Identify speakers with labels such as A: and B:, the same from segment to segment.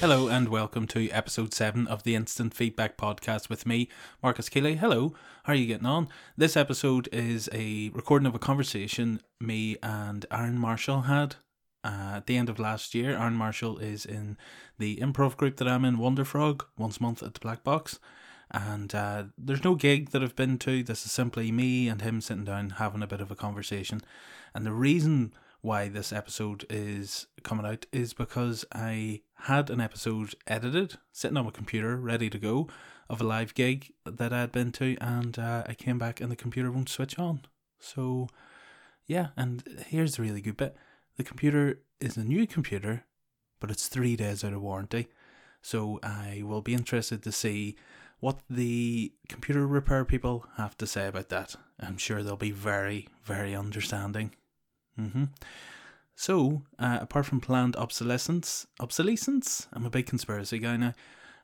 A: Hello and welcome to episode 7 of the Instant Feedback Podcast with me, Marcus Keeley. Hello, how are you getting on? This episode is a recording of a conversation me and Aaron Marshall had uh, at the end of last year. Aaron Marshall is in the improv group that I'm in, Wonder Frog, once a month at the Black Box. And uh, there's no gig that I've been to. This is simply me and him sitting down having a bit of a conversation. And the reason why this episode is coming out is because I had an episode edited, sitting on my computer, ready to go, of a live gig that I had been to, and uh, I came back and the computer won't switch on. So, yeah, and here's the really good bit the computer is a new computer, but it's three days out of warranty. So, I will be interested to see what the computer repair people have to say about that. I'm sure they'll be very, very understanding. Mm-hmm. So, uh, apart from planned obsolescence, obsolescence, I'm a big conspiracy guy now.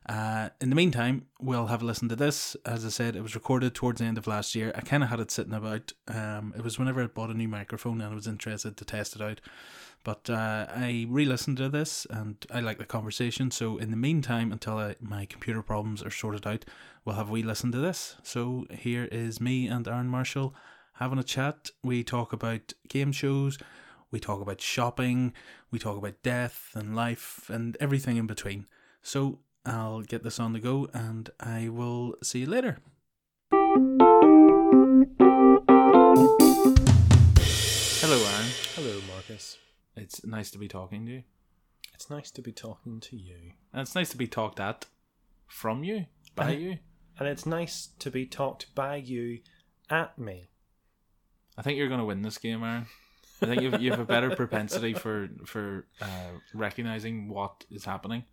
A: Uh, in the meantime, we'll have a listen to this. As I said, it was recorded towards the end of last year. I kind of had it sitting about. Um, it was whenever I bought a new microphone and I was interested to test it out. But uh, I re listened to this and I like the conversation. So, in the meantime, until I, my computer problems are sorted out, we'll have we listen to this. So, here is me and Aaron Marshall having a chat. We talk about game shows, we talk about shopping, we talk about death and life and everything in between. So I'll get this on the go and I will see you later. Hello, Aaron.
B: Hello, Marcus.
A: It's nice to be talking to you.
B: It's nice to be talking to you.
A: And it's nice to be talked at from you, by you.
B: And it's nice to be talked by you at me.
A: I think you're going to win this game, Aaron. I think you've, you have a better propensity for for uh, recognizing what is happening.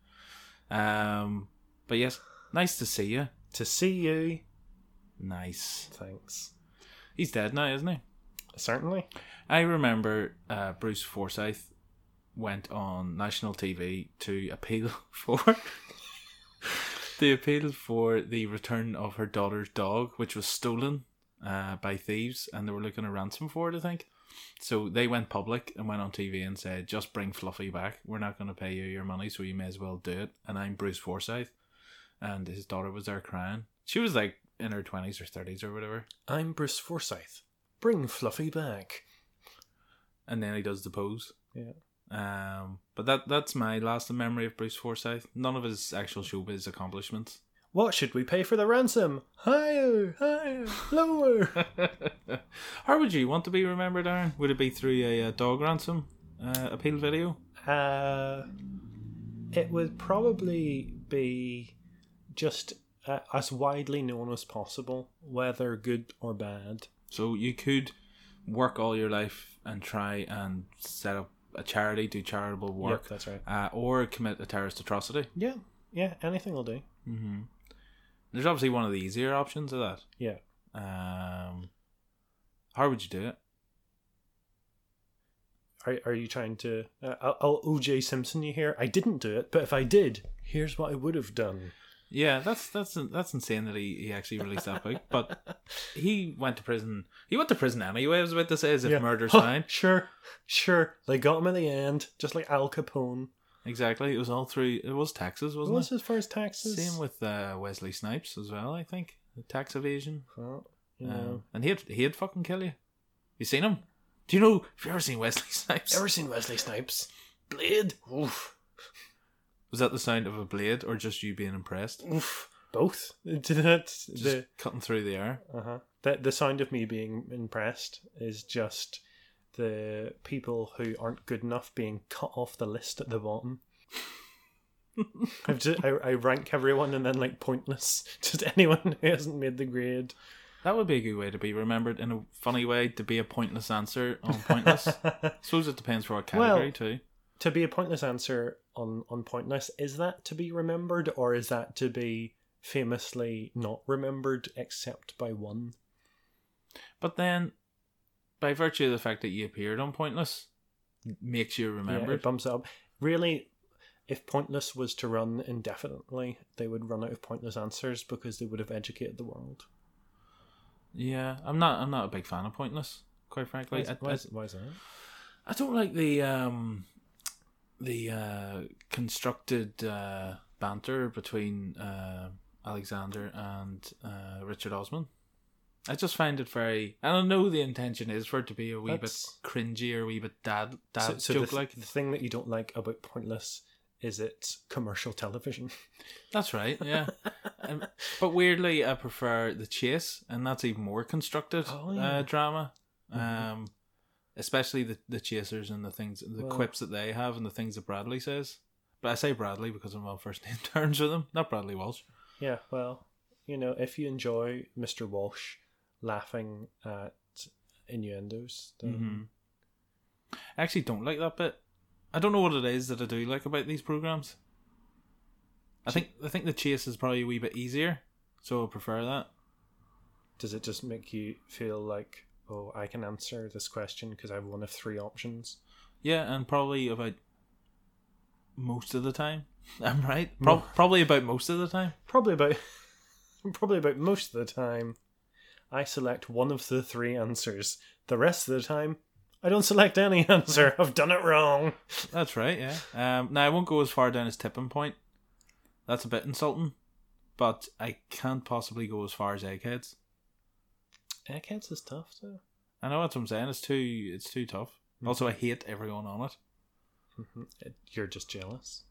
A: Um, but yes, nice to see you.
B: To see you.
A: Nice.
B: Thanks.
A: He's dead now, isn't he?
B: Certainly.
A: I remember uh, Bruce Forsyth went on national TV to appeal for the appeal for the return of her daughter's dog, which was stolen uh, by thieves, and they were looking a ransom for it. I think. So they went public and went on TV and said, "Just bring Fluffy back. We're not going to pay you your money, so you may as well do it." And I'm Bruce Forsyth, and his daughter was there crying. She was like in her twenties or thirties or whatever.
B: I'm Bruce Forsyth. Bring Fluffy back.
A: and then he does the pose.
B: Yeah.
A: Um, but that that's my last memory of Bruce Forsyth. None of his actual showbiz accomplishments.
B: What should we pay for the ransom? Higher, higher, lower.
A: How would you want to be remembered, Aaron? Would it be through a, uh dog ransom uh, appeal video?
B: uh, it would probably be just uh, as widely known as possible, whether good or bad.
A: So you could work all your life and try and set up a charity, do charitable work,
B: Yep, that's right.
A: uh, or commit a terrorist atrocity.
B: Yeah, yeah, anything will do.
A: Mm-hmm. There's obviously one of the easier options of that.
B: Yeah.
A: Um, how would you do it?
B: Are, are you trying to? Uh, I'll, I'll OJ Simpson you here. I didn't do it, but if I did, here's what I would have done.
A: Yeah, that's that's that's insane that he, he actually released that book. But he went to prison. He went to prison anyway. I was about to say, as if
B: Yeah.
A: murder's
B: Huh,
A: fine.
B: Sure, sure. They got him at the end, just like Al Capone.
A: Exactly. It was all through. It was taxes,
B: What
A: wasn't
B: was
A: it?
B: his first taxes?
A: Same with uh, Wesley Snipes as well. I think tax evasion.
B: Well, you know.
A: Um, and he'd he'd fucking kill you. You seen him? Do you know? Have you ever seen Wesley Snipes?
B: Ever seen Wesley Snipes? Blade. Oof.
A: Was that the sound of a blade, or just you being impressed?
B: Oof. Both. That's
A: Just
B: the
A: cutting through the air.
B: uh-huh. the the sound of me being impressed is just the people who aren't good enough being cut off the list at the bottom. I've just, I, I rank everyone and then like pointless. Just anyone who hasn't made the grade.
A: That would be a good way to be remembered in a funny way. To be a pointless answer on pointless. suppose it depends for what category
B: Well,
A: too.
B: to be a pointless answer on on pointless is that to be remembered or is that to be famously not remembered except by one?
A: But then, by virtue of the fact that you appeared on Pointless, makes you
B: Yeah,
A: remembered.
B: it bumps it up. Really, if pointless was to run indefinitely, they would run out of pointless answers because they would have educated the world.
A: yeah, I'm not. I'm not a big fan of Pointless, quite
B: Why
A: frankly.
B: is,
A: I,
B: why
A: I,
B: is- why is that?
A: I don't like the um, the uh, constructed uh, banter between uh, Alexander and uh, Richard Osman. I just find it very, and I know the intention is for it to be a wee
B: That's-
A: bit cringy or a wee bit dad dad
B: so, so
A: joke
B: the,
A: like.
B: the thing that you don't like about Pointless is it's commercial television.
A: That's right, yeah. Um, but weirdly, I prefer the chase, and that's even more constructed
B: Oh, yeah.
A: uh, drama.
B: Mhm.
A: Um, especially the the chasers and the things, the
B: Well-
A: quips that they have, and the things that Bradley says. But I say Bradley because I'm on first name terms with him, not Bradley Walsh.
B: Yeah, well, you know, if you enjoy Mr. Walsh laughing at innuendos, then
A: Mhm. I actually don't like that bit. I don't know what it is that I do like about these programs. I think I think the chase is probably a wee bit easier, so I prefer that.
B: does it just make you feel like, oh, I can answer this question because I have one of three options?
A: Yeah, and probably about most of the time. I'm right. Pro- Probably about most of the time.
B: Probably about, probably about most of the time, I select one of the three answers. The rest of the time, I don't select any answer. I've done it wrong.
A: That's right. Yeah. Um. Now I won't go as far down as tipping point. That's a bit insulting, but I can't possibly go as far as eggheads.
B: Eggheads is tough though.
A: I know that's what I'm saying. It's too. It's too tough. Also, I hate everyone on it.
B: Mm-hmm. You're just jealous.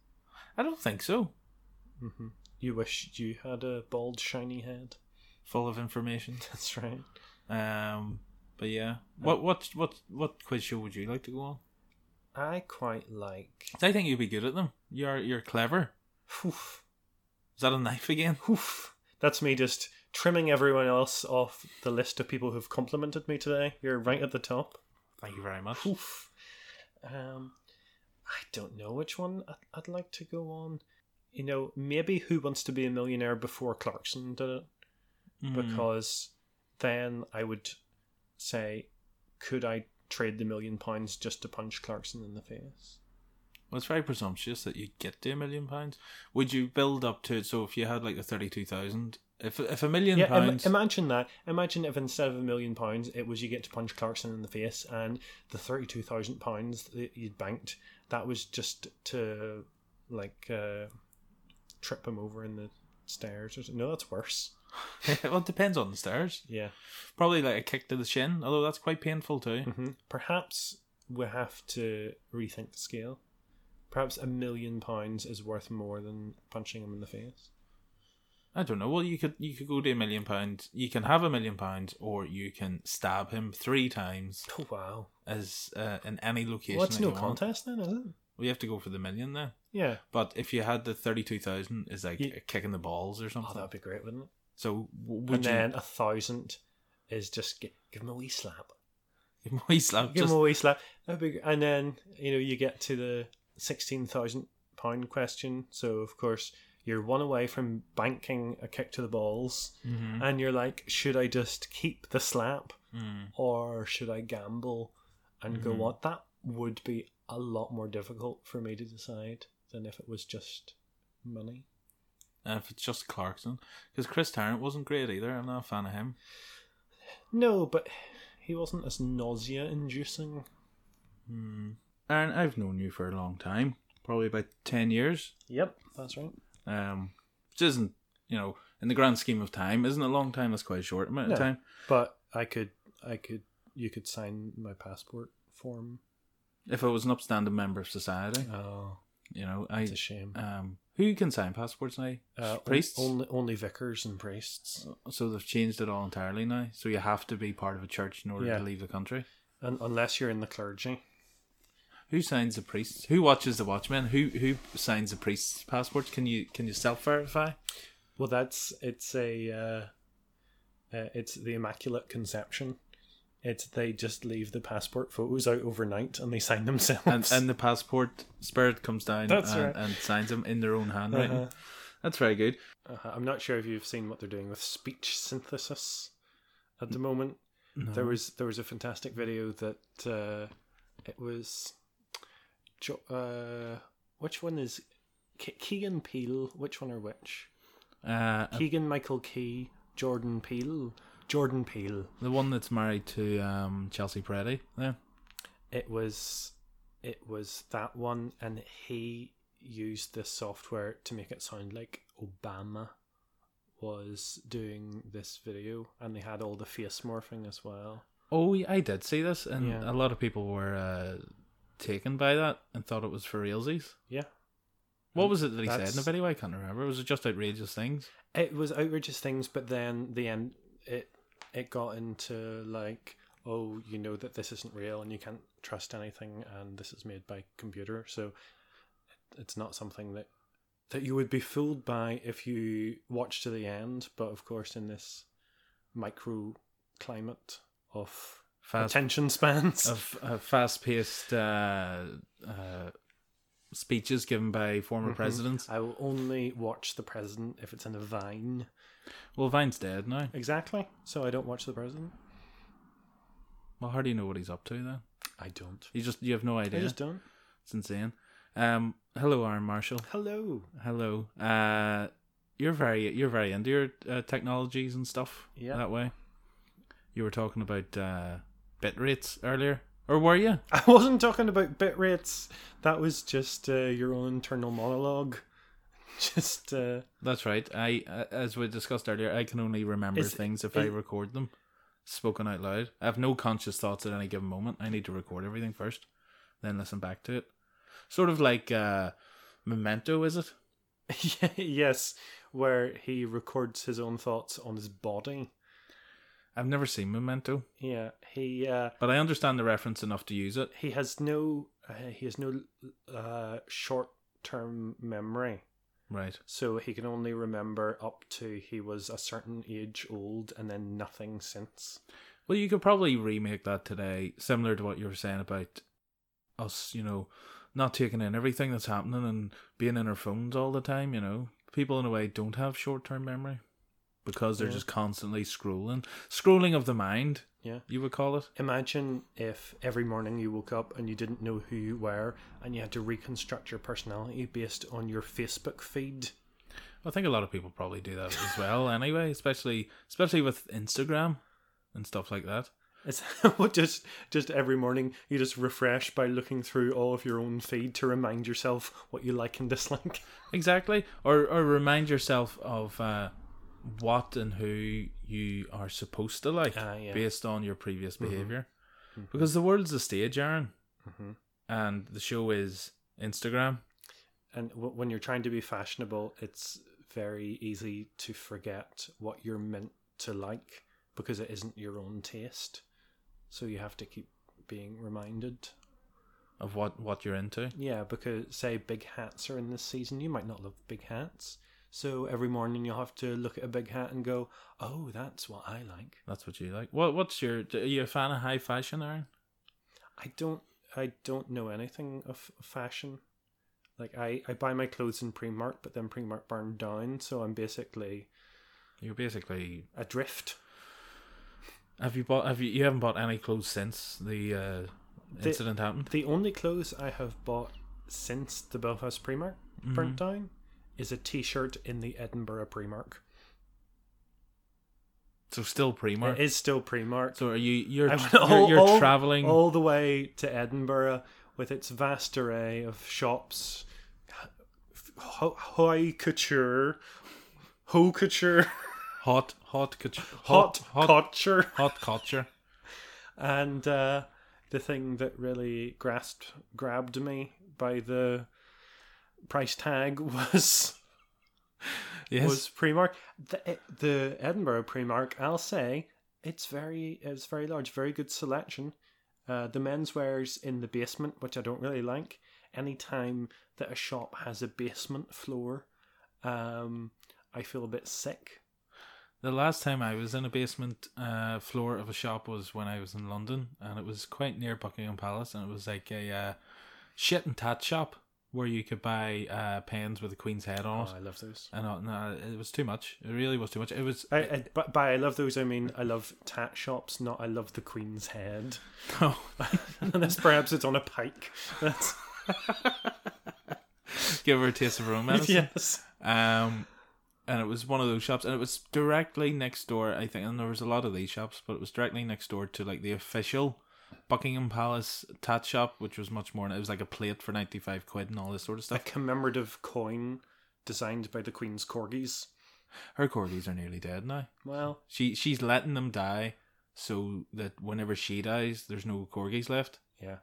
A: I don't think so.
B: hmm You wish you had a bald, shiny head.
A: Full of information.
B: That's right.
A: Um. But yeah. What what what what quiz show would you like to go on?
B: I quite like.
A: 'Cause I think you'd be good at them. You're you're clever.
B: Oof,
A: Is that a knife again?
B: oof. That's me just trimming everyone else off the list of people who've complimented me today. You're right at the top.
A: Thank you very much.
B: Oof. Um, I don't know which one I'd, I'd like to go on. You know, maybe Who Wants to Be a Millionaire before Clarkson did it,
A: Mm.
B: because then I would say, could I trade the million pounds just to punch Clarkson in the face?
A: Well, it's very presumptuous that you get to a million pounds. Would you build up to it? So if you had like the thirty-two thousand, if if a million
B: Yeah, im-
A: pounds,
B: imagine that. Imagine if instead of a million pounds, it was you get to punch Clarkson in the face, and the thirty-two thousand pounds that you'd banked, that was just to like uh, trip him over in the stairs. Or something. No, that's worse.
A: well, it depends on the stairs.
B: Yeah,
A: Probably like a kick to the shin, although that's quite painful too.
B: hmm perhaps we have to rethink the scale. Perhaps a million pounds is worth more than punching him in the face.
A: I don't know. Well, you could you could go to a million pounds. You can have a million pounds, or you can stab him three times
B: Oh wow!
A: as uh, in any location.
B: Well, it's
A: that
B: no
A: you want.
B: contest then, is it?
A: We have to go for the million there.
B: Yeah.
A: But if you had the thirty-two thousand, is like
B: Ye-
A: a kick in the balls or
B: Oh,
A: something.
B: that'd be great, wouldn't it?
A: so w- would
B: and
A: you
B: then a thousand is just give, give him a wee slap.
A: give him a wee slap?
B: Give
A: Just-
B: him a wee slap. That'd be gr- and then you know you get to the sixteen thousand pound question. So of course you're one away from banking a kick to the balls,
A: Mhm.
B: and you're like, should I just keep the slap
A: Mm.
B: or should I gamble and go
A: Mhm.
B: what? That would be a lot more difficult for me to decide than if it was just money.
A: And if it's just Clarkson, because Chris Tarrant wasn't great either. I'm not a fan of him.
B: No, but he wasn't as nausea-inducing.
A: Hmm. Aaron, I've known you for a long time, probably about ten years,
B: Yep, that's right.
A: um, which isn't, you know, in the grand scheme of time, isn't a long time. That's quite a short amount of
B: No.
A: time.
B: But I could, I could, you could sign my passport form.
A: If I was an upstanding member of society,
B: Oh,
A: you know, I
B: it's a shame.
A: um, who can sign passports now?
B: Uh,
A: Priests.
B: on- only, only vicars and priests,
A: so they've changed it all entirely now. So you have to be part of a church in order
B: Yeah.
A: to leave the country.
B: and unless you're in the clergy.
A: Who signs the priests? Who watches the watchmen? Who who signs the priests' passports? Can you can you self verify?
B: Well, that's it's a, uh, uh, it's the Immaculate Conception. It's they just leave the passport photos out overnight and they sign themselves.
A: and and the passport spirit comes down
B: That's
A: and,
B: right.
A: and signs them in their own handwriting. That's very good.
B: Uh-huh. I'm not sure if you've seen what they're doing with speech synthesis at the moment. There was there was a fantastic video that uh, it was, Jo- uh, which one is Ke- Keegan Peele? Which one or which?
A: Uh,
B: Keegan Michael Key, Jordan Peele, Jordan Peele.
A: the one that's married to um, Chelsea Peretti. There,
B: It was it was that one, and he used this software to make it sound like Obama was doing this video, and they had all the face morphing as well.
A: Oh, yeah, I did see this, and
B: Yeah.
A: a lot of people were uh, taken by that and thought it was for realsies.
B: Yeah.
A: What
B: And
A: was it that he said in the
B: that's-
A: video? I can't remember. Was it just outrageous things?
B: It was outrageous things, but then the end, it it got into like, oh, you know that this isn't real, and you can't trust anything, and this is made by computer, so it's not something that that you would be fooled by if you watch to the end. But of course, in this micro climate of
A: Fast,
B: attention spans,
A: of uh, fast-paced uh, uh, speeches given by former
B: Mhm.
A: presidents.
B: I will only watch the president if it's in a vine.
A: Well, Vine's dead now.
B: Exactly. So I don't watch the president.
A: Well, how do you know what he's up to then?
B: I don't.
A: You just you have no idea.
B: I just don't.
A: It's insane. Um, hello, Aaron Marshall.
B: Hello.
A: Hello. Uh, you're very you're very into your uh, technologies and stuff.
B: Yeah.
A: That way. You were talking about uh, bit rates earlier, or were you?
B: I wasn't talking about bit rates. That was just uh, your own internal monologue. Just uh,
A: That's right. I uh, as we discussed earlier, I can only remember
B: Is-
A: things if I
B: is-
A: record them, spoken out loud. I have no conscious thoughts at any given moment. I need to record everything first, then listen back to it. Sort of like uh, Memento, is it?
B: yes, where he records his own thoughts on his body.
A: I've never seen Memento,
B: Yeah, he uh,
A: but I understand the reference enough to use it.
B: he has no uh, he has no uh, short term memory,
A: Right.
B: so he can only remember up to he was a certain age old, and then nothing since.
A: Well, you could probably remake that today, similar to what you were saying about us, you know, not taking in everything that's happening and being in our phones all the time, you know. People, in a way, don't have short term memory because they're
B: Yeah.
A: just constantly scrolling. Scrolling of the mind,
B: Yeah.
A: you would call it.
B: Imagine if every morning you woke up and you didn't know who you were and you had to reconstruct your personality based on your Facebook feed.
A: I think a lot of people probably do that as well, anyway, especially especially with Instagram and stuff like that.
B: It's just just every morning you just refresh by looking through all of your own feed to remind yourself what you like and dislike.
A: Exactly. Or or remind yourself of uh, what and who you are supposed to like
B: Ah, yeah.
A: based on your previous
B: Mhm.
A: behavior.
B: Mhm.
A: Because the world's a stage, Aaron,
B: Mm-hmm.
A: and the show is Instagram.
B: And w- when you're trying to be fashionable, it's very easy to forget what you're meant to like because it isn't your own taste. So you have to keep being reminded
A: Of what what you're into.
B: Yeah, because say big hats are in this season, you might not love big hats. So every morning you'll have to look at a big hat and go, "Oh, that's what I like."
A: That's what you like. What what's your are you a fan of high fashion, Aaron?
B: I don't, I don't know anything of fashion. Like I, I buy my clothes in Primark, but then Primark burned down, so I'm basically
A: You're basically
B: adrift.
A: have you bought have you you haven't bought any clothes since the uh,
B: The-
A: incident happened?
B: The only clothes I have bought since the Belfast Primark burnt down is a T-shirt in the Edinburgh Primark.
A: So still Primark.
B: It is still Primark.
A: so are you you're
B: I went
A: you're,
B: all-
A: you're
B: all-
A: traveling
B: all the way to Edinburgh with its vast array of shops, ho- high couture, haute couture,
A: hot hot couture
B: hot,
A: hot
B: couture,
A: hot culture.
B: and uh, the thing that really grasped grabbed me by the price tag was
A: Yes.
B: was Primark. The, eh, the Edinburgh Primark, I'll say, it's very it's very large, very good selection. Uh, the menswear's in the basement, which I don't really like. Any time that a shop has a basement floor, um, I feel a bit sick.
A: the last time I was in a basement uh, floor of a shop was when I was in London, and it was quite near Buckingham Palace, and it was like a uh, shit and tat shop where you could buy uh, pens with the Queen's head on
B: Oh,
A: it.
B: I love those.
A: And uh, no, it was too much. It really was too much. It was
B: I, I, but by I love those, I mean I love tat shops, not I love the Queen's head.
A: no.
B: Unless perhaps it's on a pike. That's,
A: give her a taste of her own medicine.
B: yes.
A: Um, and it was one of those shops, and it was directly next door. I think, and there was a lot of these shops, but it was directly next door to like the official Buckingham Palace tat shop, which was much more. It was like a plate for ninety five quid and all this sort of
B: A
A: stuff.
B: commemorative coin designed by the Queen's corgis.
A: Her corgis are nearly dead now.
B: Well,
A: She she's letting them die so that whenever she dies, there's no corgis left.
B: yeah.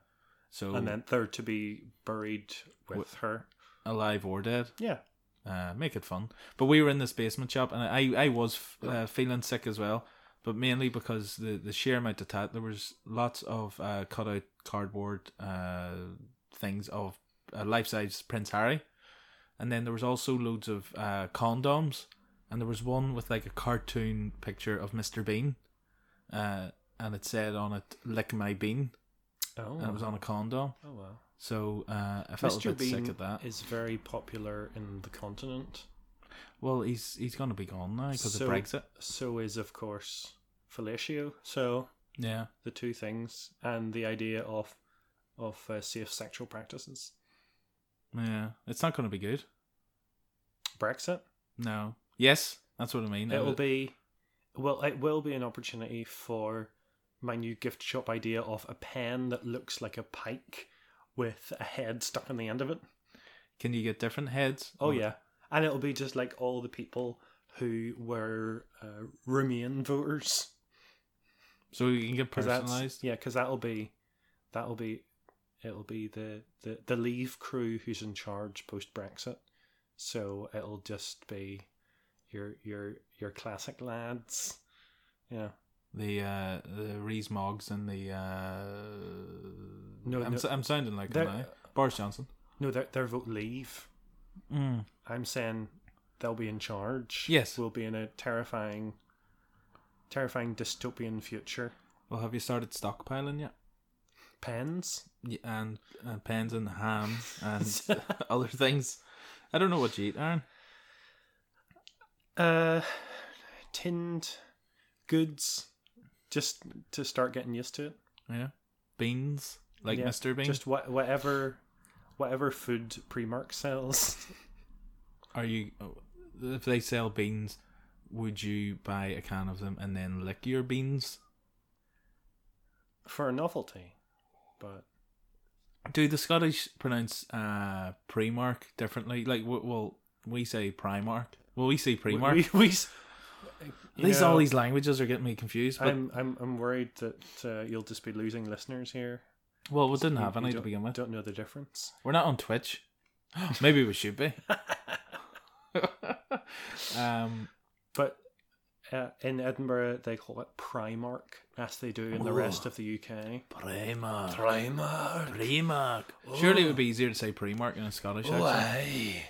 A: So
B: And then they're to be buried with her.
A: alive or dead.
B: Yeah.
A: uh, make it fun. But we were in this basement shop, and I I was f- uh, feeling sick as well, but mainly because the the sheer amount of tat. There was lots of uh, cut out cardboard uh, things of uh, life size Prince Harry, and then there was also loads of uh, condoms, and there was one with like a cartoon picture of Mister Bean, uh, and it said on it "Lick my bean,"
B: Oh.
A: and it was on a condom.
B: oh wow.
A: So uh, I felt a
B: Mr.
A: bit
B: Bean
A: sick at that.
B: is very popular in the continent.
A: Well, he's he's gonna be gone now because
B: So-
A: of Brexit.
B: So is, of course, fellatio. So
A: Yeah.
B: the two things and the idea of of uh, safe sexual practices.
A: Yeah, it's not going to be good.
B: Brexit.
A: No. Yes, that's what I mean.
B: It will be. Well, it will be an opportunity for my new gift shop idea of a pen that looks like a pike with a head stuck on the end of it.
A: Can you get different heads?
B: Oh
A: Or-
B: yeah, and it'll be just like all the people who were uh, Remain voters.
A: So you can get
B: 'Cause that's-
A: personalized.
B: Yeah, because that'll be that'll be it'll be the the the Leave crew who's in charge post Brexit. So it'll just be your your your classic lads. Yeah.
A: The uh, the Rees Moggs and the uh.
B: No,
A: I'm,
B: no.
A: s am sounding like
B: They're-
A: him now. Boris Johnson.
B: No, their their vote leave.
A: Mm.
B: I'm saying they'll be in charge.
A: Yes.
B: We'll be in a terrifying terrifying dystopian future.
A: Well, have you started stockpiling yet?
B: Pens?
A: Y- And uh, pens and ham and other things. I don't know what you eat, Aaron.
B: Uh, tinned goods, just to start getting used to it.
A: Yeah, beans like
B: Yeah,
A: Mr. Bean.
B: Just what, whatever, whatever food Primark sells.
A: Are you? If they sell beans, would you buy a can of them and then lick your beans?
B: for a novelty, but
A: Do the Scottish pronounce uh Primark differently? Like, w- well, we say Primark. Well, we say
B: we,
A: Primark.
B: we, we s- you
A: these all
B: know,
A: these languages are getting me confused. But
B: I'm I'm I'm worried that uh, you'll just be losing listeners here.
A: well, we didn't
B: You-
A: have
B: you
A: any to
B: don't-
A: begin with.
B: Don't know the difference.
A: We're not on Twitch. Maybe we should be. um,
B: But uh, in Edinburgh, they call it Primark, as they do in the
A: Ooh.
B: rest of the UK.
A: Primark. Oh.
B: Primark.
A: Primark. Surely it would be easier to say Primark in a Scottish accent.
C: Why?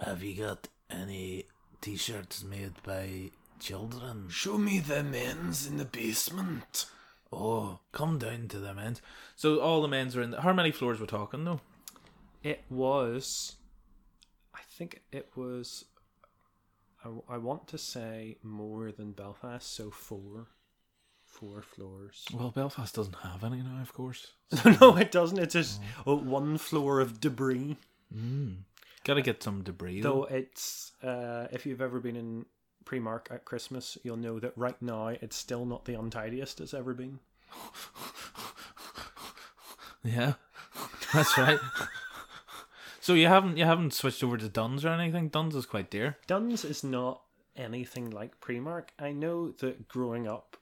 C: Have you got any t shirts made by children?
B: Show me the men's in the basement.
A: Oh, come down to the men's. So all the men's are in. The, how many floors we're talking though?
B: It was, I think it was, I, I want to say more than Belfast, so four, four floors.
A: Well, Belfast doesn't have any now, of course.
B: no, it doesn't. It's just oh, one floor of debris.
A: Got to Hmm. get some debris.
B: Though it's, uh, if you've ever been in Primark at Christmas, you'll know that right now it's still not the untidiest it's ever been.
A: Yeah, that's right. so you haven't you haven't switched over to Duns or anything. Duns is quite dear.
B: Dunn's is not anything like Primark. I know that growing up,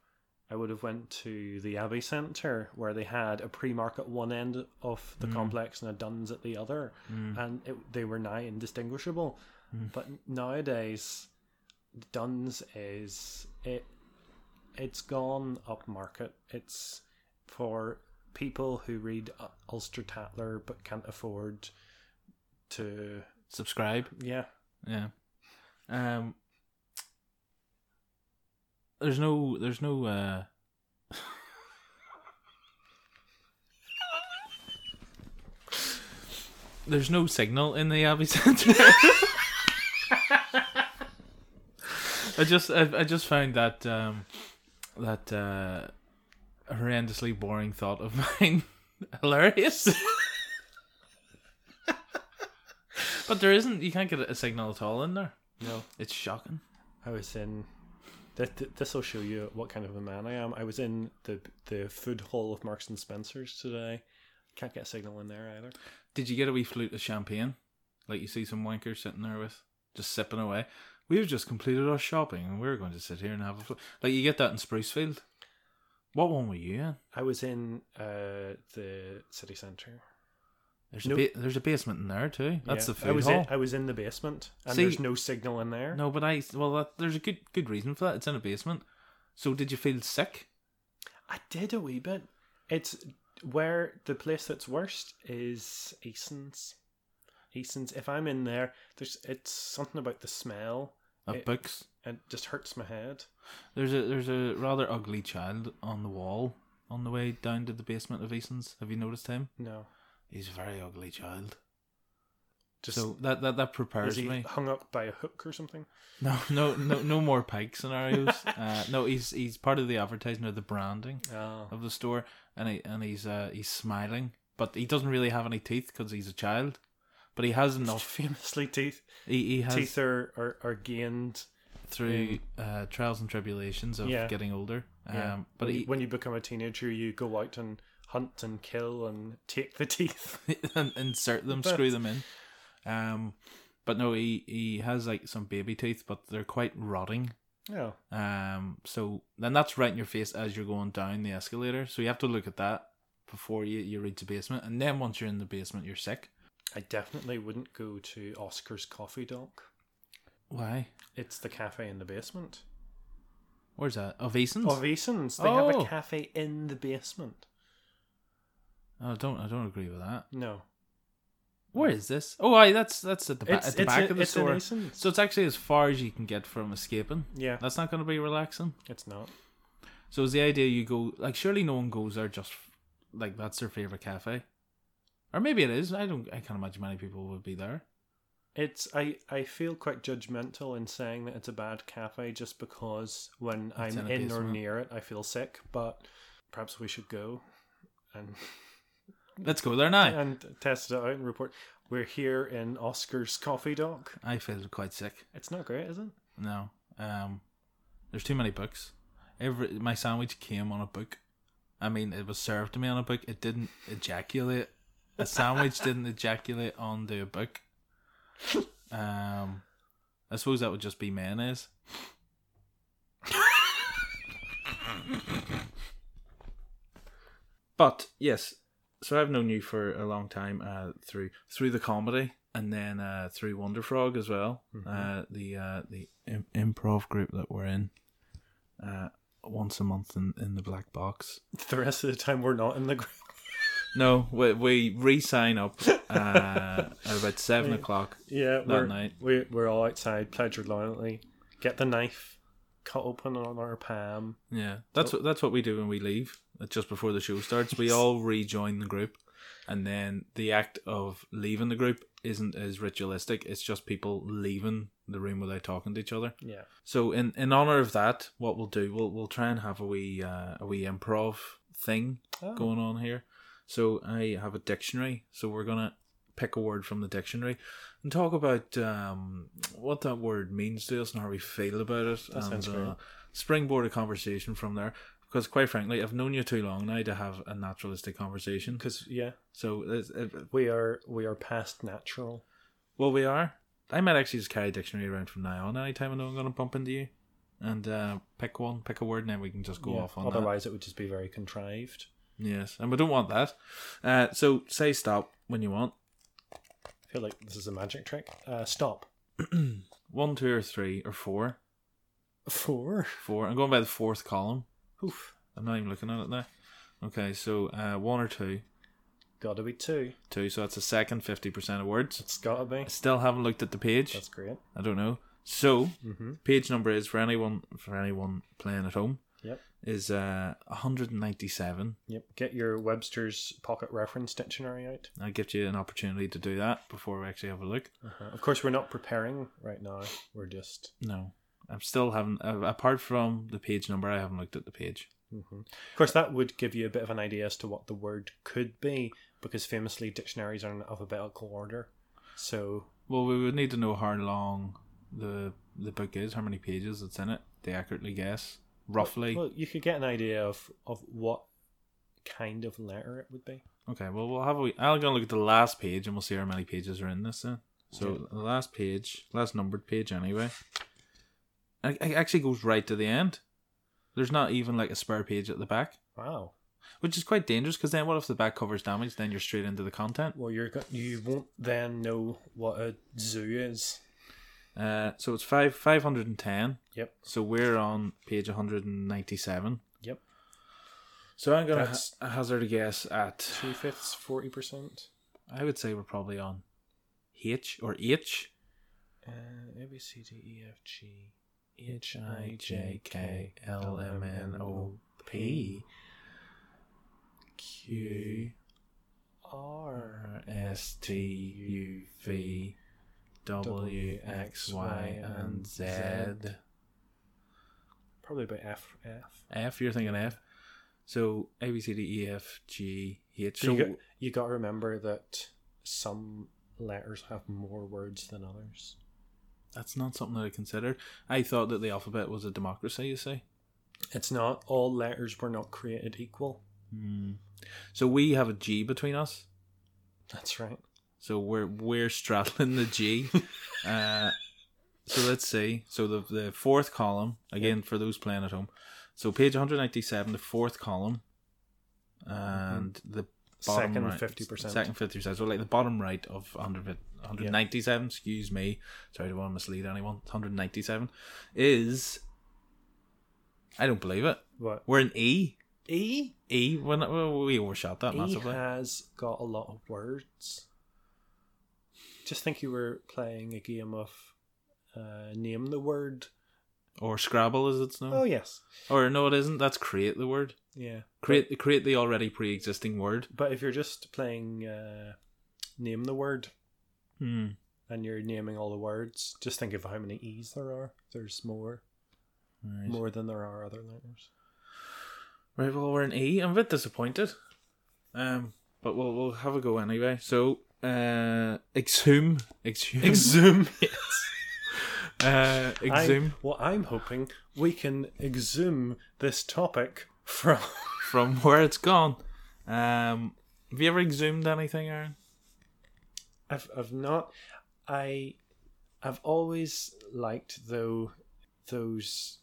B: I would have went to the Abbey Centre where they had a Primark at one end of the complex and a Dunn's at the other, and it, they were nigh indistinguishable. But nowadays, Dunn's is it. It's gone upmarket. It's for people who read uh, Ulster Tatler but can't afford to.
A: Subscribe.
B: Yeah,
A: Yeah. Um. There's no. There's no. uh There's no signal in the Abbey Centre. I just I, I just found that um, that uh, horrendously boring thought of mine hilarious. but there isn't you can't get a signal at all in there.
B: no.
A: It's shocking.
B: I was in This will show you what kind of a man I am. I was in the the food hall of Marks and Spencers today. Can't get a signal in there either.
A: Did you get a wee flute of champagne? Like you see some wankers sitting there with, just sipping away. We've just completed our shopping and we're going to sit here and have a flute. Like you get that in Sprucefield. What one were you in?
B: I was in uh, the city centre.
A: There's
B: Nope.
A: a ba- there's a basement in there too. That's
B: Yeah.
A: the
B: I
A: food
B: was
A: hall.
B: In, I was in the basement, and
A: See-
B: there's no signal in there.
A: No, but I well, that, there's a good good reason for that. It's in a basement. So did you feel sick?
B: I did a wee bit. It's where the place that's worst is Easton's. Easton's. If I'm in there, there's it's something about the smell.
A: Of
B: It-
A: books.
B: It just hurts my head.
A: There's a there's a rather ugly child on the wall on the way down to the basement of Easton's. Have you noticed him?
B: No,
A: He's a very ugly child.
B: just
A: so that that that
B: is
A: prepares
B: he
A: me.
B: hung up by a hook or something?
A: No, no, no, no more Pike scenarios. uh, no, he's he's part of the advertising or the branding
B: Oh,
A: of the store, and he and he's uh, he's smiling, but he doesn't really have any teeth because he's a child. But he has enough.
B: famously, teeth
A: He, he has
B: teeth are, are are gained.
A: through uh, trials and tribulations of
B: Yeah.
A: getting older. Um,
B: Yeah.
A: But
B: when, you-
A: he,
B: when you become a teenager, you go out and hunt and kill and take the teeth.
A: and insert them,
B: But-
A: screw them in. Um, but no, he he has like some baby teeth, but they're quite rotting.
B: Yeah,
A: Um, so then that's right in your face as you're going down the escalator. So you have to look at that before you you reach the basement, and then once you're in the basement, you're sick.
B: I definitely wouldn't go to Oscar's Coffee Dock.
A: Why?
B: It's the cafe in the basement.
A: Where's that? Of Eason's?
B: Of Eason's. They have
A: Oh.
B: a cafe in the basement.
A: I don't I don't agree with that.
B: No.
A: Where is this? Oh, aye, that's that's at the, ba-
B: It's-
A: at the
B: it's
A: back
B: in-
A: of the
B: it's in
A: store.
B: Eason's.
A: So it's actually as far as you can get from escaping.
B: Yeah,
A: That's not going to be relaxing.
B: it's not.
A: So is the idea you go like surely no one goes there just f- like that's their favorite cafe, or maybe it is. I don't. I can't imagine many people would be there.
B: It's I, I feel quite judgmental in saying that it's a bad cafe just because when
A: It's in
B: I'm
A: a
B: in, or
A: basement.
B: near it I feel sick, but perhaps we should go and
A: Let's go there now.
B: and test it out and report. We're here in Oscar's coffee dock.
A: I feel quite sick
B: It's not great, is it?
A: now. Um, there's too many books. Every my sandwich came on a book. I mean, it was served to me on a book. It didn't ejaculate. A sandwich didn't ejaculate onto a book. Um, I suppose that would just be mayonnaise. But yes, so I've known you for a long time uh, through through the comedy and then uh, through Wonder Frog as well, uh, the uh, the Im- improv group that we're in uh, once a month in, in the Black Box.
B: The rest of the time we're not in the group.
A: No, we, we re sign up uh, at about seven o'clock.
B: Yeah, we're,
A: night.
B: We we're all outside, pledge your loyalty, get the knife, cut open on our palm.
A: Yeah, that's what that's what we do when we leave. uh, Just before the show starts, we all rejoin the group, and then the act of leaving the group isn't as ritualistic. It's just people leaving the room without talking to each other.
B: Yeah.
A: So in in honor of that, what we'll do, we'll we'll try and have a wee uh, a wee improv thing
B: Oh.
A: going on here. So I have a dictionary, so we're gonna pick a word from the dictionary and talk about um, what that word means to us and how we feel about it,
B: That sounds
A: and
B: great.
A: uh, springboard a conversation from there. Because quite frankly, I've known you too long now to have a naturalistic conversation.
B: Because yeah,
A: So it's- it,
B: we are we are past natural.
A: well, we are. I might actually just carry a dictionary around from now on. Anytime I know I'm going to bump into you, and uh, pick one, pick a word, and then we can just go
B: Yeah,
A: off on
B: Otherwise, it would just be very contrived.
A: that. Yes, and we don't want that. Uh, so say stop when you want.
B: I feel like this is a magic trick. Uh, stop.
A: One, two, or three, or four.
B: Four.
A: Four. I'm going by the fourth column.
B: Oof.
A: I'm not even looking at it now. Okay, so uh, one or two,
B: Gotta be two.
A: two. So that's a second fifty percent of words.
B: It's gotta be.
A: I still haven't looked at the page.
B: That's great.
A: I don't know. So
B: Mm-hmm.
A: page number is for anyone for anyone playing at home
B: Yep.
A: is uh 197.
B: Yep. Get your Webster's Pocket Reference Dictionary out.
A: I'll give you an opportunity to do that before we actually have a look.
B: Uh-huh. Of course, we're not preparing right now. We're just.
A: No, I'm still haven't. Uh, apart from the page number, I haven't looked at the page.
B: Mhm. Of course, that would give you a bit of an idea as to what the word could be, because famously dictionaries are in alphabetical order. So
A: Well, we would need to know how long the the book is, how many pages it's in it, they accurately guess roughly.
B: Well, you could get an idea of of what kind of letter it would be.
A: Okay, well we'll have a. wee- I'll go look at the last page and we'll see how many pages are in this. Then. So
B: Okay.
A: the last page, last numbered page anyway. It it actually goes right to the end. There's not even like a spare page at the back,
B: Wow.
A: which is quite dangerous. Because then, what if the back cover's damaged? Then you're straight into the content.
B: Well, you're go- you won't then know what a zoo is.
A: Uh, so it's five five hundred and ten.
B: Yep.
A: So we're on page one hundred and ninety seven.
B: Yep.
A: So I'm gonna
B: That's-
A: ha- hazard a guess at.
B: Two fifths, forty percent.
A: I would say we're probably on H or H.
B: Uh, A B C D E F G
A: H I J K L M N O P Q
B: R.
A: R S T U V W X Y and Z.
B: Probably about F F.
A: F, you're thinking F. So A B C D E F G H.
B: So you got,
A: So
B: you got to remember that some letters have more words than others.
A: that's not something that I considered. I thought that the alphabet was a democracy, you see.
B: It's not all letters were not created equal.
A: Hmm. So we have a G between us.
B: That's right.
A: So we're we're straddling the G. uh, so let's see. So the the fourth column again for those playing at home. So page 197, the fourth column, and the bottom
B: Mm-hmm. Second
A: right-
B: fifty percent.
A: Second fifty percent. So like the bottom right of 100, 197. Excuse me. Sorry, I don't want to mislead anyone. 197 is. I don't believe it.
B: What
A: We're an E.
B: E?
A: E. We're not, well, we overshot that
B: E
A: massively.
B: has got a lot of words. Just think you were playing a game of uh, name the word.
A: or Scrabble, as it's known.
B: Oh yes,
A: Or no, it isn't. That's create the word.
B: yeah.
A: Create create the already pre-existing word.
B: But if you're just playing uh, name the word
A: Hmm.
B: and you're naming all the words, just think of how many E's there are. There's more,
A: Right.
B: more than there are other letters.
A: right. Well, we're an E. I'm a bit disappointed. Um. But we'll we'll have a go anyway. So, uh, exhume, exhume,
B: Exhume.
A: uh, exhume
B: Well, I'm hoping we can exhume this topic from.
A: from where it's gone. Um. Have you ever exhumed anything, Aaron?
B: I've I've not I I've always liked though those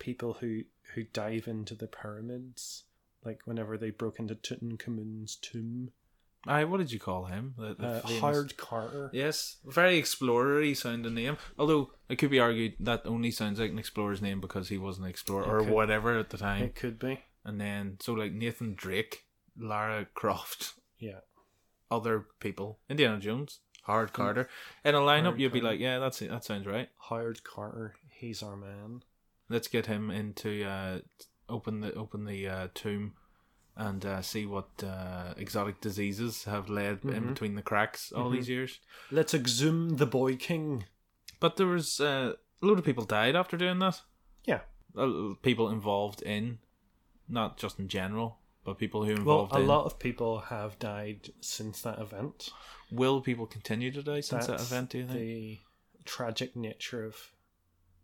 B: people who who dive into the pyramids like whenever they broke into Tutankhamun's tomb
A: I. What did you call him? The, the
B: uh,
A: famous-
B: Howard Carter
A: Yes, very exploratory sounding name. Although it could be argued that only sounds like an explorer's name because he was an explorer or
B: Okay.
A: whatever at the time.
B: it could be
A: And then, so like Nathan Drake, Lara Croft,
B: yeah
A: other people, Indiana Jones, Howard Carter. In a lineup,
B: Hmm. Howard
A: you'd be
B: Carter.
A: like, yeah, that's it, that sounds right.
B: Howard Carter he's our man
A: Let's get him into uh, open the open the uh, tomb and uh, see what uh, exotic diseases have led in
B: Mhm.
A: between the cracks all these years.
B: let's exhume the boy king
A: But there was uh, a lot of people died after doing that.
B: yeah
A: Uh, People involved in, not just in general, but people who
B: well
A: involved
B: a
A: in.
B: lot of people have died since that event
A: Will people continue to die since that event? Do you think?
B: the tragic nature of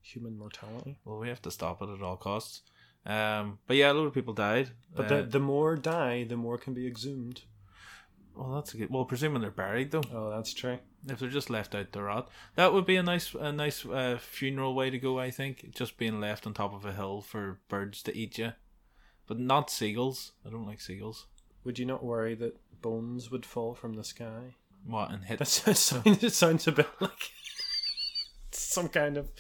B: human mortality
A: Well, we have to stop it at all costs. Um, but yeah, a lot of people died.
B: But
A: Uh,
B: the, the more die, the more can be exhumed.
A: well, that's a good. Well, presuming they're buried though,
B: Oh, that's true.
A: if they're just left out to rot, that would be a nice, a nice uh, funeral way to go. I think just being left on top of a hill for birds to eat you, but not seagulls. I don't like seagulls.
B: Would you not worry that bones would fall from the sky?
A: What and hit?
B: That sounds, it sounds a bit like some kind of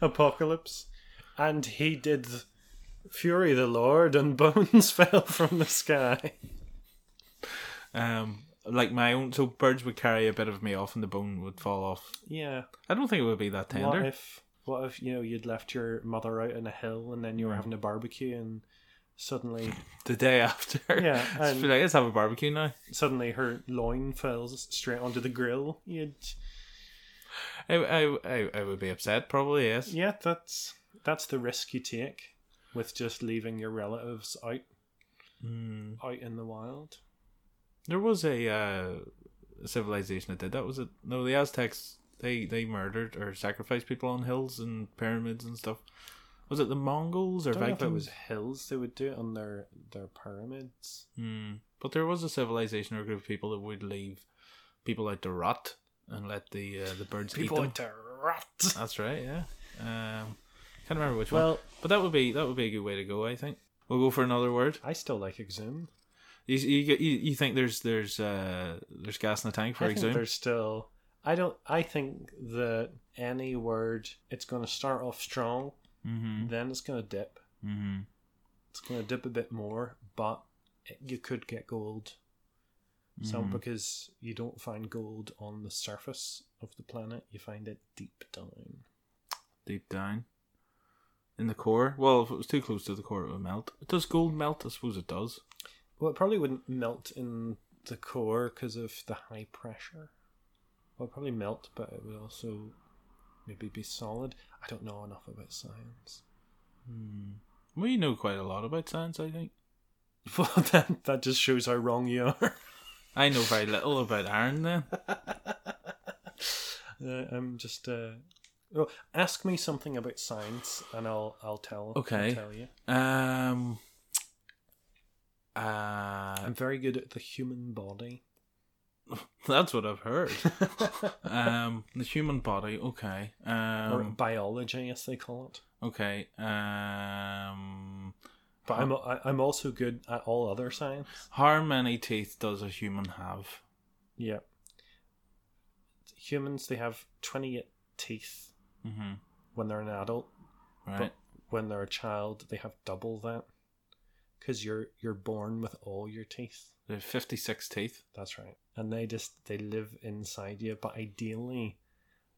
B: apocalypse. And he did fury the Lord, and bones fell from the sky.
A: Um, like my own. So birds would carry a bit of me off, and the bone would fall off.
B: Yeah.
A: I don't think it would be that tender.
B: What if what if you know you'd left your mother out in a hill, and then you were having a barbecue, and suddenly
A: the day after,
B: Yeah,
A: Just be
B: and-
A: like, let's have a barbecue now.
B: suddenly her loin falls straight onto the grill? You'd
A: I, I, I, I would be upset, probably. Yes.
B: Yeah, that's that's the risk you take with just leaving your relatives out
A: Mm.
B: out in the wild.
A: There was a uh, civilization that did that. Was it? No, the Aztecs They they murdered or sacrificed people on hills and pyramids and stuff. Was it the Mongols or
B: I don't know if it
A: Vikings?
B: was hills they would do it on their their pyramids.
A: Hmm. But there was a civilization or group of people that would leave people out to rot and let the uh, the birds eat them.
B: to rot.
A: That's right. Yeah. Um, can't remember which one.
B: Well,
A: But that would be that would be a good way to go. I think we'll go for another word.
B: I still like Exhum.
A: You you, you, you think there's there's uh, there's gas in the tank for
B: I think
A: Exhum?
B: there's still. I don't. I think that any word it's going to start off strong,
A: Mm-hmm.
B: then it's going to dip.
A: Mm-hmm.
B: It's going to dip a bit more, but it, you could get gold. So
A: Mhm.
B: because you don't find gold on the surface of the planet, you find it deep down.
A: Deep down. In the core? Well, if it was too close to the core, it would melt. Does gold melt? I suppose it does.
B: Well, it probably wouldn't melt in the core because of the high pressure. Well, it'd probably melt, but it would also maybe be solid. I don't know enough about science.
A: Hmm. Well, you know quite a lot about science, I think.
B: Well, that that just shows how wrong you are.
A: I know very little about iron then.
B: Uh, I'm just. Uh, oh, ask me something about science, and I'll I'll tell. I'll
A: Okay.
B: tell you.
A: Um. Uh,
B: I'm very good at the human body.
A: that's what I've heard. um, the human body, okay.
B: or
A: Um,
B: biology, as they call it.
A: okay. Um,
B: But I'm I- I'm also good at all other science.
A: how many teeth does a human have?
B: Yeah. Humans they have 28 teeth
A: Mm-hmm.
B: when they're an adult,
A: Right.
B: but when they're a child they have double that. Cuz you're you're born with all your teeth.
A: They have 56 teeth.
B: That's right. And they just they live inside you, but ideally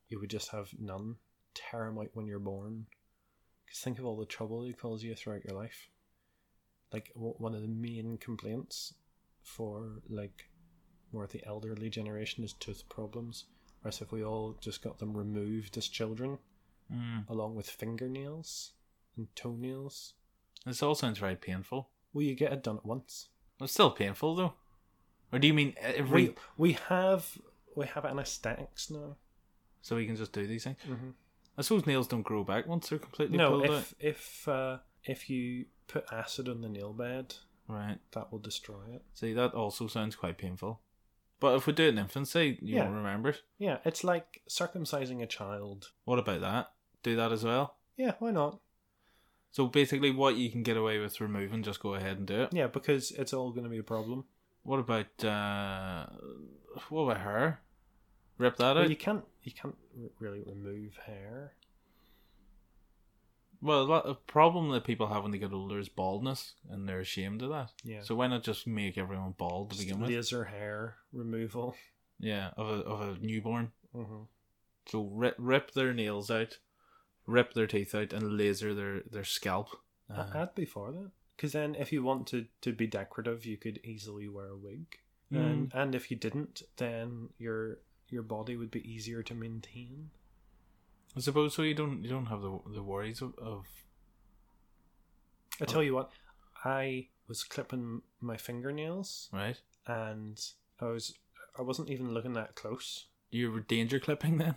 B: you would just have none. Tear them out when you're born. Cuz think of all the trouble it causes you throughout your life. Like w- one of the main complaints for like more the elderly generation is tooth problems. Whereas if we all just got them removed as children,
A: Mm.
B: along with fingernails and toenails,
A: This all sounds very painful.
B: well, you get it done at once.
A: It's still painful though. Or do you mean every
B: We we have we have anaesthetics now.
A: so we can just do these things?
B: Mm-hmm.
A: I suppose nails don't grow back once they're completely
B: No,
A: pulled out.
B: if if uh, if you put acid on the nail bed,
A: Right.
B: that will destroy it.
A: See that also sounds quite painful. But if we do it in infancy, you
B: Yeah.
A: won't remember it.
B: Yeah, it's like circumcising a child.
A: What about that? Do that as well?
B: Yeah, why not?
A: So basically what you can get away with removing, just go ahead and do it.
B: Yeah, because it's all going to be a problem.
A: What about uh what about hair? Rip that
B: Well,
A: out?
B: you can't you can't r- really remove hair.
A: Well, that- a problem that people have when they get older is baldness, and they're ashamed of that.
B: Yeah,
A: So why not just make everyone bald to
B: Just
A: begin with?
B: laser hair removal.
A: Yeah, of a of a newborn.
B: hmm
A: So rip, rip their nails out, rip their teeth out, and laser their their scalp. Uh,
B: I'd be for that. Because then, if you wanted to be decorative, you could easily wear a wig.
A: hmm.
B: And
A: Mm.
B: and if you didn't, then your your body would be easier to maintain.
A: I suppose so. You don't you don't have the the worries of, of
B: I tell you what, I was clipping my fingernails
A: right.
B: and I was I wasn't even looking that close.
A: You were danger clipping then.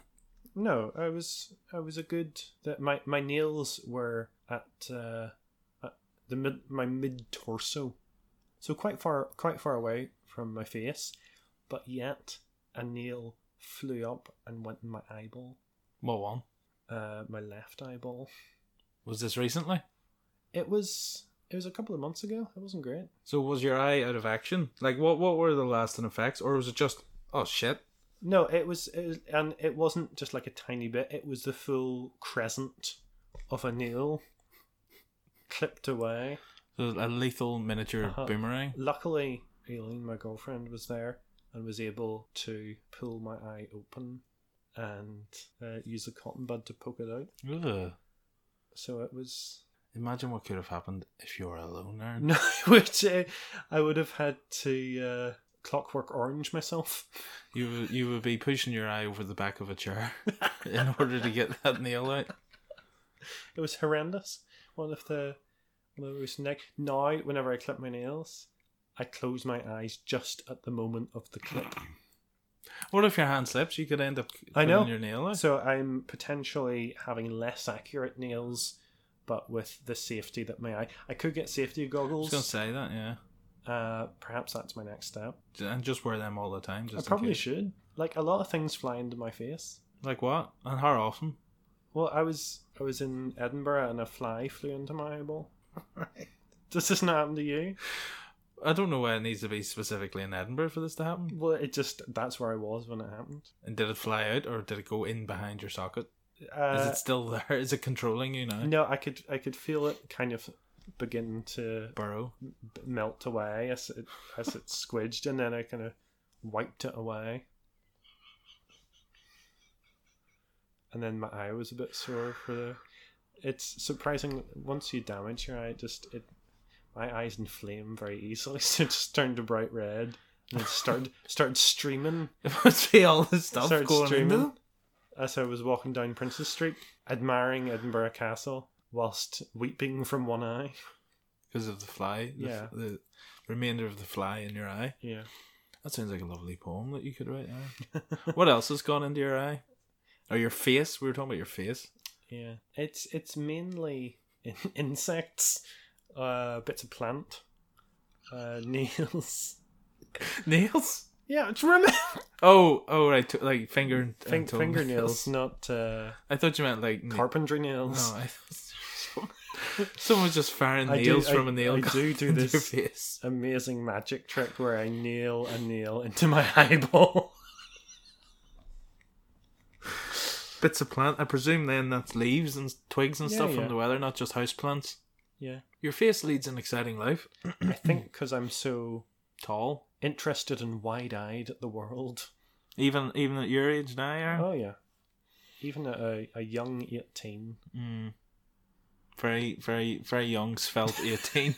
B: No, I was I was a good that my my nails were at uh at the mid my mid torso. So quite far quite far away from my face, but yet a nail flew up and went in my eyeball,
A: What one?
B: uh my left eyeball.
A: Was this recently?
B: It was it was a couple of months ago. It wasn't great.
A: So was your eye out of action? Like what what were the lasting effects, or was it just oh shit?
B: No, it was, it was, and it wasn't just like a tiny bit. It was the full crescent of a nail clipped away.
A: So a lethal miniature
B: Uh-huh.
A: boomerang.
B: Luckily, Aileen, my girlfriend, was there and was able to pull my eye open and uh, use a cotton bud to poke it out.
A: Ugh.
B: So it was
A: Imagine what could have happened if you were alone, Aaron.
B: no, which uh, I would have had to uh, clockwork orange myself.
A: You would- you would be pushing your eye over the back of a chair in order to get that nail out.
B: It was horrendous. One of the one of those neck. Now, whenever I clip my nails, I close my eyes just at the moment of the clip.
A: What if your hand slips? You could end up
B: I
A: putting
B: know.
A: your nail out.
B: So I'm potentially having less accurate nails, but with the safety that my eye. I could get safety
A: I was gonna
B: goggles.
A: say that, yeah.
B: Uh, perhaps that's my next step.
A: J- And just wear them all the time. Just
B: I probably
A: in case.
B: should. Like a lot of things fly into my face.
A: Like what? And how often?
B: Well, I was I was in Edinburgh and a fly flew into my eyeball. Does this not happen to you?
A: I don't know why it needs to be specifically in Edinburgh for this to happen.
B: Well, it just that's where I was when it happened.
A: And did it fly out or did it go in behind your socket?
B: Uh,
A: Is it still there? Is it controlling you now?
B: No, I could I could feel it kind of begin to
A: Burrow.
B: b- melt away as it as it squidged, and then I kind of wiped it away. And then my eye was a bit sore for the. It's surprising once you damage your eye, it just it. My eyes inflame very easily, so it just turned to bright red, and it started started streaming
A: It must be all the stuff
B: Started
A: going in
B: streaming.
A: there.
B: as I was walking down Princess Street, admiring Edinburgh Castle whilst weeping from one eye.
A: because of the fly. The,
B: Yeah.
A: the remainder of the fly in your eye.
B: Yeah.
A: That sounds like a lovely poem that you could write. Aaron. what else has gone into your eye? Or your face? We were talking about your face.
B: Yeah, it's it's mainly in- insects, uh, bits of plant, uh, nails.
A: Nails.
B: Yeah, it's remember
A: Oh, oh, right, to, like finger and
B: Fing-
A: and toe
B: fingernails, not uh,
A: I thought you meant like na-
B: carpentry
A: No,
B: nails.
A: I someone was just firing
B: I do-
A: nails from
B: I-
A: a nail
B: I
A: gun
B: do do
A: into your
B: this.
A: face.
B: Amazing magic trick where I nail a nail into my eyeball.
A: Bits of plant. I presume then that's leaves and twigs and
B: Yeah,
A: stuff
B: yeah.
A: from the weather, not just house plants.
B: yeah,
A: Your face leads an exciting life.
B: I think because I'm so
A: Tall,
B: interested and wide-eyed at the world.
A: even even at your age now, Aaron.
B: Oh yeah, even at a, a young eighteen.
A: Mm. Very, very, very young, svelte 18.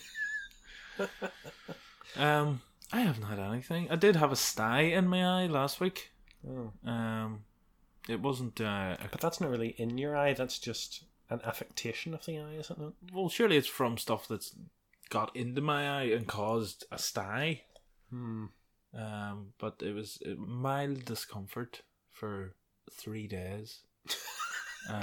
A: um, I haven't had anything. I did have a sty in my eye last week.
B: Oh.
A: Um, it wasn't. Uh, a,
B: But that's not really in your eye. That's just an affectation of the eye, isn't it?
A: well, surely it's from stuff that's got into my eye and caused a sty.
B: Hmm.
A: Um, but it was uh, mild discomfort for three days. uh,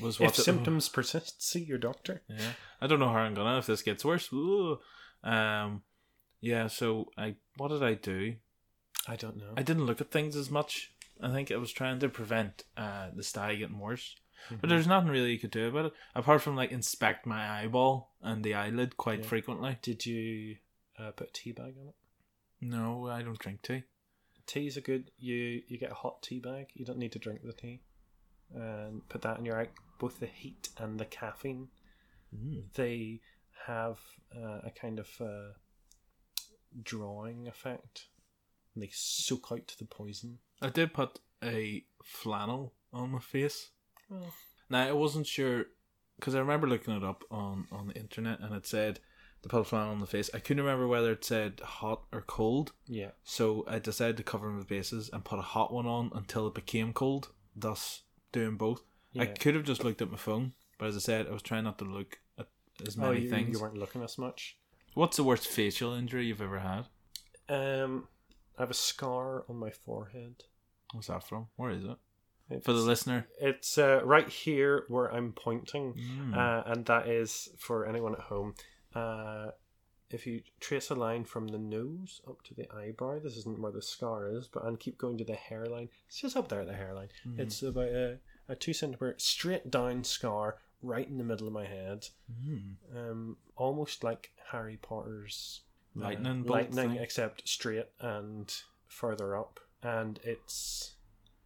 A: was what
B: if
A: the-
B: symptoms persist, see your doctor.
A: Yeah. I don't know how I'm gonna if this gets worse. Ooh. Um yeah, so I what did I do?
B: I don't know.
A: I didn't look at things as much. I think I was trying to prevent uh the sty getting worse.
B: Hmm. Mm-hmm.
A: But there's nothing really you could do about it. Apart from like inspect my eyeball and the eyelid quite
B: Yeah.
A: frequently.
B: Did you uh, put a tea bag on it?
A: No, I don't drink tea.
B: Tea's a good. You you get a hot tea bag. You don't need to drink the tea, and put that in your eye. Both the heat and the caffeine. Mm. They have uh, a kind of uh, drawing effect. They soak out the poison.
A: I did put a flannel on my face.
B: Oh.
A: Now I wasn't sure because I remember looking it up on on the internet and it said to put a flannel on the face. I couldn't remember whether it said hot or cold,
B: Yeah.
A: so I decided to cover my bases and put a hot one on until it became cold. Thus, doing both. I
B: Yeah.
A: could have just looked at my phone, but as I said, I was trying not to look at as many
B: oh, you,
A: things.
B: you weren't looking as much.
A: What's the worst facial injury you've ever had?
B: Um, I have a scar on my forehead.
A: What's that from? Where is it?
B: It's,
A: For the listener,
B: it's uh, right here where I'm pointing,
A: Mm.
B: uh, and that is for anyone at home. Uh, if you trace a line from the nose up to the eyebrow, this isn't where the scar is, but and keep going to the hairline. It's just up there at the hairline. It's about a, a two centimeter straight down scar right in the middle of my head,
A: Mm.
B: um, almost like Harry Potter's
A: lightning
B: uh,
A: bolt
B: lightning,
A: thing.
B: except straight and further up, and it's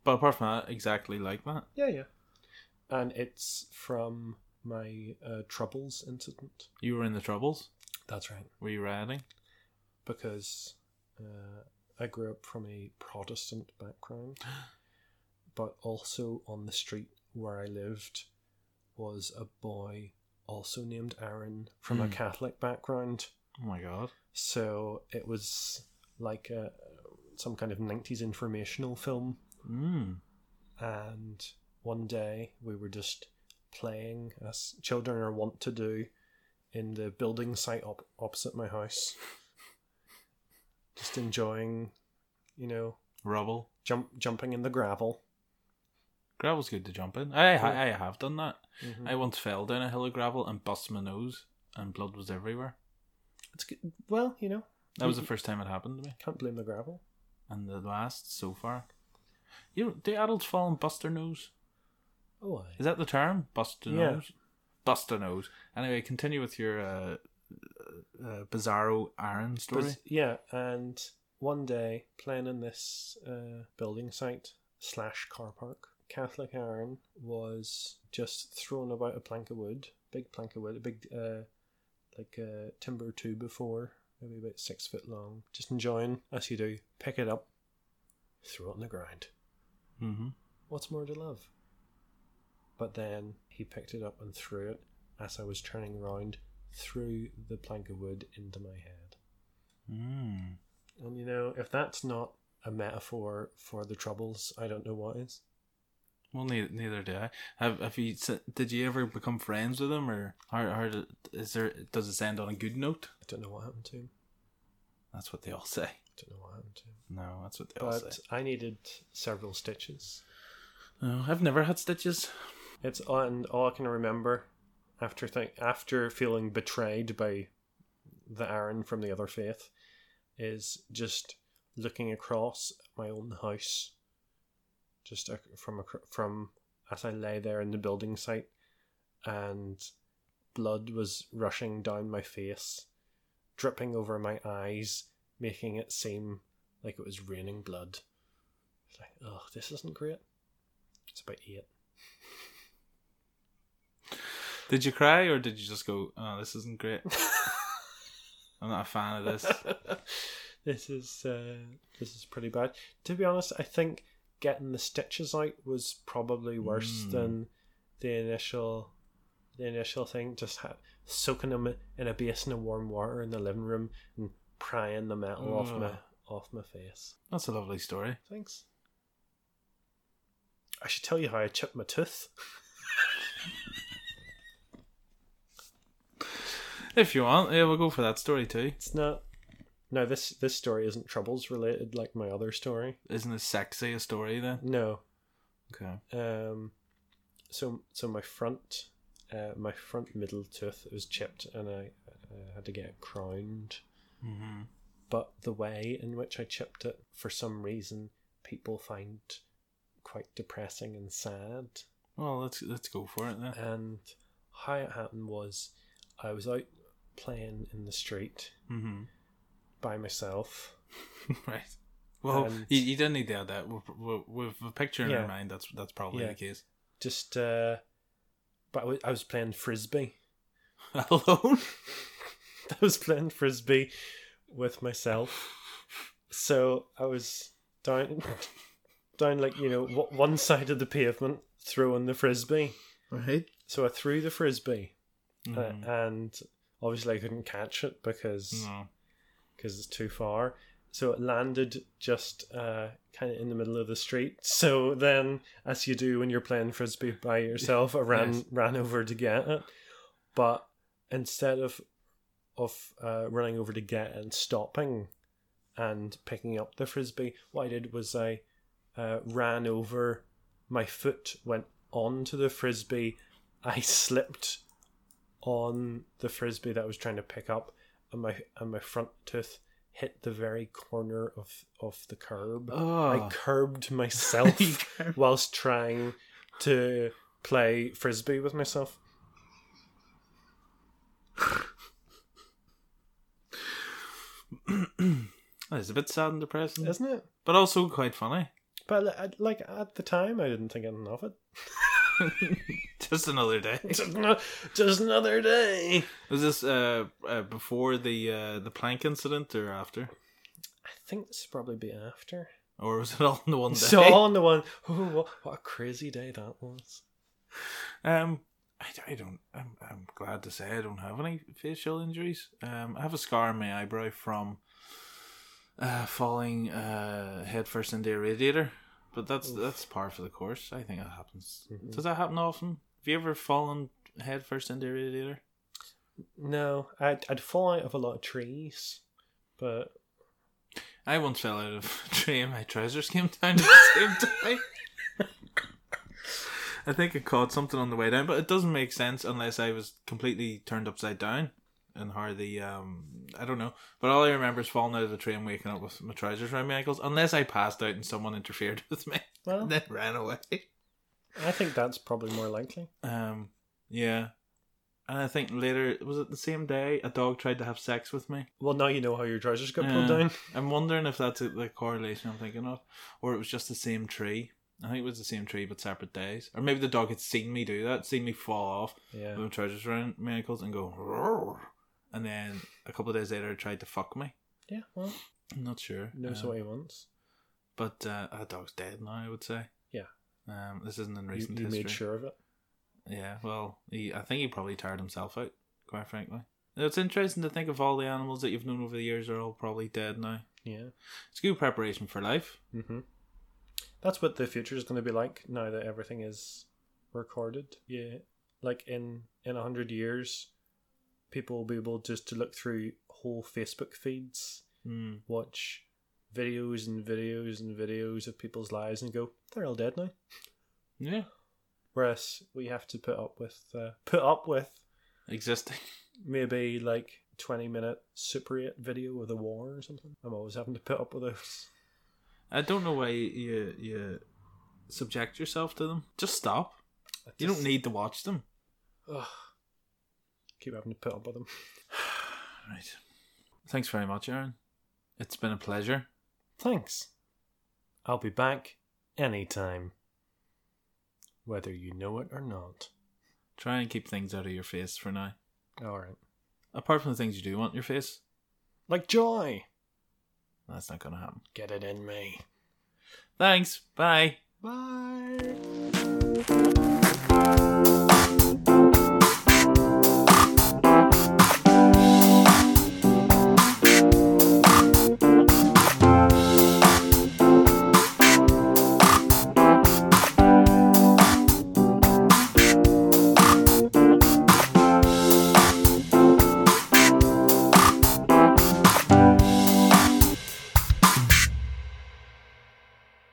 A: But apart from that, exactly like that.
B: yeah, yeah. And it's from my uh, Troubles incident.
A: You were in the troubles.
B: That's right.
A: Were you riding?
B: Because uh, I grew up from a Protestant background, but also on the street where I lived was a boy also named Aaron from a
A: Hmm.
B: Catholic background.
A: Oh my god.
B: So it was like a, some kind of 90s informational film.
A: Mm.
B: and one day we were just playing as children are wont to do in the building site op- opposite my house just enjoying you know
A: rubble.
B: Jump, jumping in the gravel.
A: Gravel's good to jump in. I I, I have done that.
B: Mhm.
A: I once fell down a hill of gravel and bust my nose, and blood was everywhere.
B: It's good. well, you know,
A: That was the first time it happened to me,
B: can't blame the gravel.
A: and the last so far. You do adults fall and bust their nose?
B: Oh,
A: Is that the term? Bust a
B: Yeah.
A: nose. Bust a nose. Anyway, continue with your uh, uh, bizarro Aaron story.
B: But, yeah, and one day playing in this uh, building site slash car park, Catholic Aaron was just thrown about a plank of wood, big plank of wood, a big uh, like a timber two before, maybe about six foot long. Just enjoying as you do, pick it up, throw it on the ground.
A: mm-hmm.
B: What's more to love? But then he picked it up and threw it as I was turning round, threw the plank of wood into my head.
A: Mm.
B: And you know, if that's not a metaphor for the troubles, I don't know what is.
A: Well, neither, neither do I. Have Have you? s- Did you ever become friends with him, or how, how did, is there? Does it end on a good note?
B: I don't know what happened to him.
A: That's what they all say.
B: I don't know what happened to him.
A: No, that's what they all
B: But
A: say.
B: I needed several stitches.
A: No, I've never had stitches.
B: It's and all I can remember after think after feeling betrayed by the Aaron from the other faith is just looking across my own house, just ac- from acro- from as I lay there in the building site, and blood was rushing down my face, dripping over my eyes, making it seem like it was raining blood. It's like, oh, this isn't great. It's about eight.
A: Did you cry, or did you just go? Oh, this isn't great. I'm not a fan of this.
B: this is uh, this is pretty bad. To be honest, I think getting the stitches out was probably worse
A: Mm.
B: than the initial the initial thing. Just ha- soaking them in a basin of warm water in the living room and prying the metal off my
A: Ugh.
B: off my face.
A: That's a lovely story.
B: Thanks. I should tell you how I chipped my tooth.
A: If you want, yeah, we'll go for that story too.
B: It's not. No, this this story isn't troubles related like my other story.
A: Isn't it sexy a story then?
B: No,
A: Okay.
B: Um, so so my front, uh, my front middle tooth was chipped, and I uh, had to get it crowned.
A: Mm-hmm.
B: But the way in which I chipped it, for some reason, people find quite depressing and sad.
A: Well, let's let's go for it then.
B: And how it happened was, I was out playing in the street
A: Mm-hmm.
B: by myself.
A: right. Well,
B: And-
A: you, you don't need to add that. We've, we've, we've a picture in
B: Yeah.
A: our mind. That's that's probably
B: Yeah.
A: the case.
B: Just, uh, but I wa- I was playing frisbee.
A: Alone.
B: I was playing frisbee with myself. So I was down, down like you know wa- one side of the pavement, throwing the frisbee.
C: Right.
B: So I threw the frisbee, uh,
A: Mhm.
B: and obviously I couldn't catch it because
A: No.
B: because it's too far. So it landed just uh, kind of in the middle of the street. So then, as you do when you're playing frisbee by yourself, I ran
A: Yes.
B: ran over to get it, but instead of of uh, running over to get it and stopping and picking up the frisbee, what I did was I uh, ran over. My foot went onto the frisbee. I slipped on the frisbee that I was trying to pick up, and my and my front tooth hit the very corner of of the curb. I
A: Oh.
B: curbed myself whilst trying to play frisbee with myself.
A: That is a bit sad and depressing,
B: Isn't it?
A: but also quite funny.
B: But li- I- like at the time, I didn't think anything of it.
A: Just another day.
B: Just, ano- just another day.
A: Was this uh, uh before the uh the plank incident or after,
B: I think this will probably be after.
A: or was it all in the one day?
B: So on the one, oh, what, what a crazy day that was.
A: Um, I, I don't. I'm, I'm glad to say I don't have any facial injuries. Um, I have a scar on my eyebrow from uh, falling uh, headfirst into a radiator, but that's
B: Oof.
A: that's par for the course. I think that happens.
B: Mhm.
A: Does that happen often? Have you ever fallen headfirst into a radiator?
B: No, I'd, I'd fall out of a lot of trees, but
A: I once fell out of a tree and my trousers came down at the same time. I think I caught something on the way down, but it doesn't make sense unless I was completely turned upside down and how the um I don't know. But all I remember is falling out of the tree and waking up with my trousers around my ankles, unless I passed out and someone interfered with me
B: Well,
A: and then ran away.
B: I think that's probably more likely.
A: Um, yeah. And I think later was it the same day a dog tried to have sex with me.
B: Well, now you know how your trousers got pulled
A: Yeah.
B: down.
A: I'm wondering if that's it- the correlation I'm thinking of, or it was just the same tree. I think it was the same tree but separate days, or maybe the dog had seen me do that, seen me fall off with
B: Yeah.
A: my trousers around my ankles and go, "Roar," and then a couple of days later it tried to fuck me.
B: Yeah, well,
A: I'm not sure.
B: knows
A: Um,
B: what he wants.
A: But uh, that dog's dead now. I would say.
B: Yeah.
A: Um, this isn't in
B: You,
A: recent
B: you
A: history.
B: made sure of it.
A: Yeah, well, he, I think he probably tired himself out, quite frankly. It's interesting to think of all the animals that you've known over the years are all probably dead now.
B: Yeah.
A: It's good preparation for life.
B: hmm That's what the future is going to be like now that everything is recorded. Yeah, like in in a hundred years, people will be able just to look through whole Facebook feeds,
A: Mm.
B: watch videos and videos and videos of people's lives, and go, they're all dead now.
A: Yeah,
B: Whereas we have to put up with uh, put up with
A: existing.
B: maybe like twenty minute Super Eight video of the war or something. I'm always having to put up with those.
A: I don't know why you you subject yourself to them. Just stop.
B: I
A: You
B: just-
A: don't need to watch them.
B: Ugh. Keep having to put up with them.
A: Right. Thanks very much, Aaron. It's been a pleasure.
B: Thanks. I'll be back anytime. Whether you know it or not.
A: Try and keep things out of your face for now.
B: Alright.
A: Apart from the things you do want in your face,
B: Like joy!
A: that's not going to happen.
B: Get it in me.
A: Thanks. Bye.
B: Bye!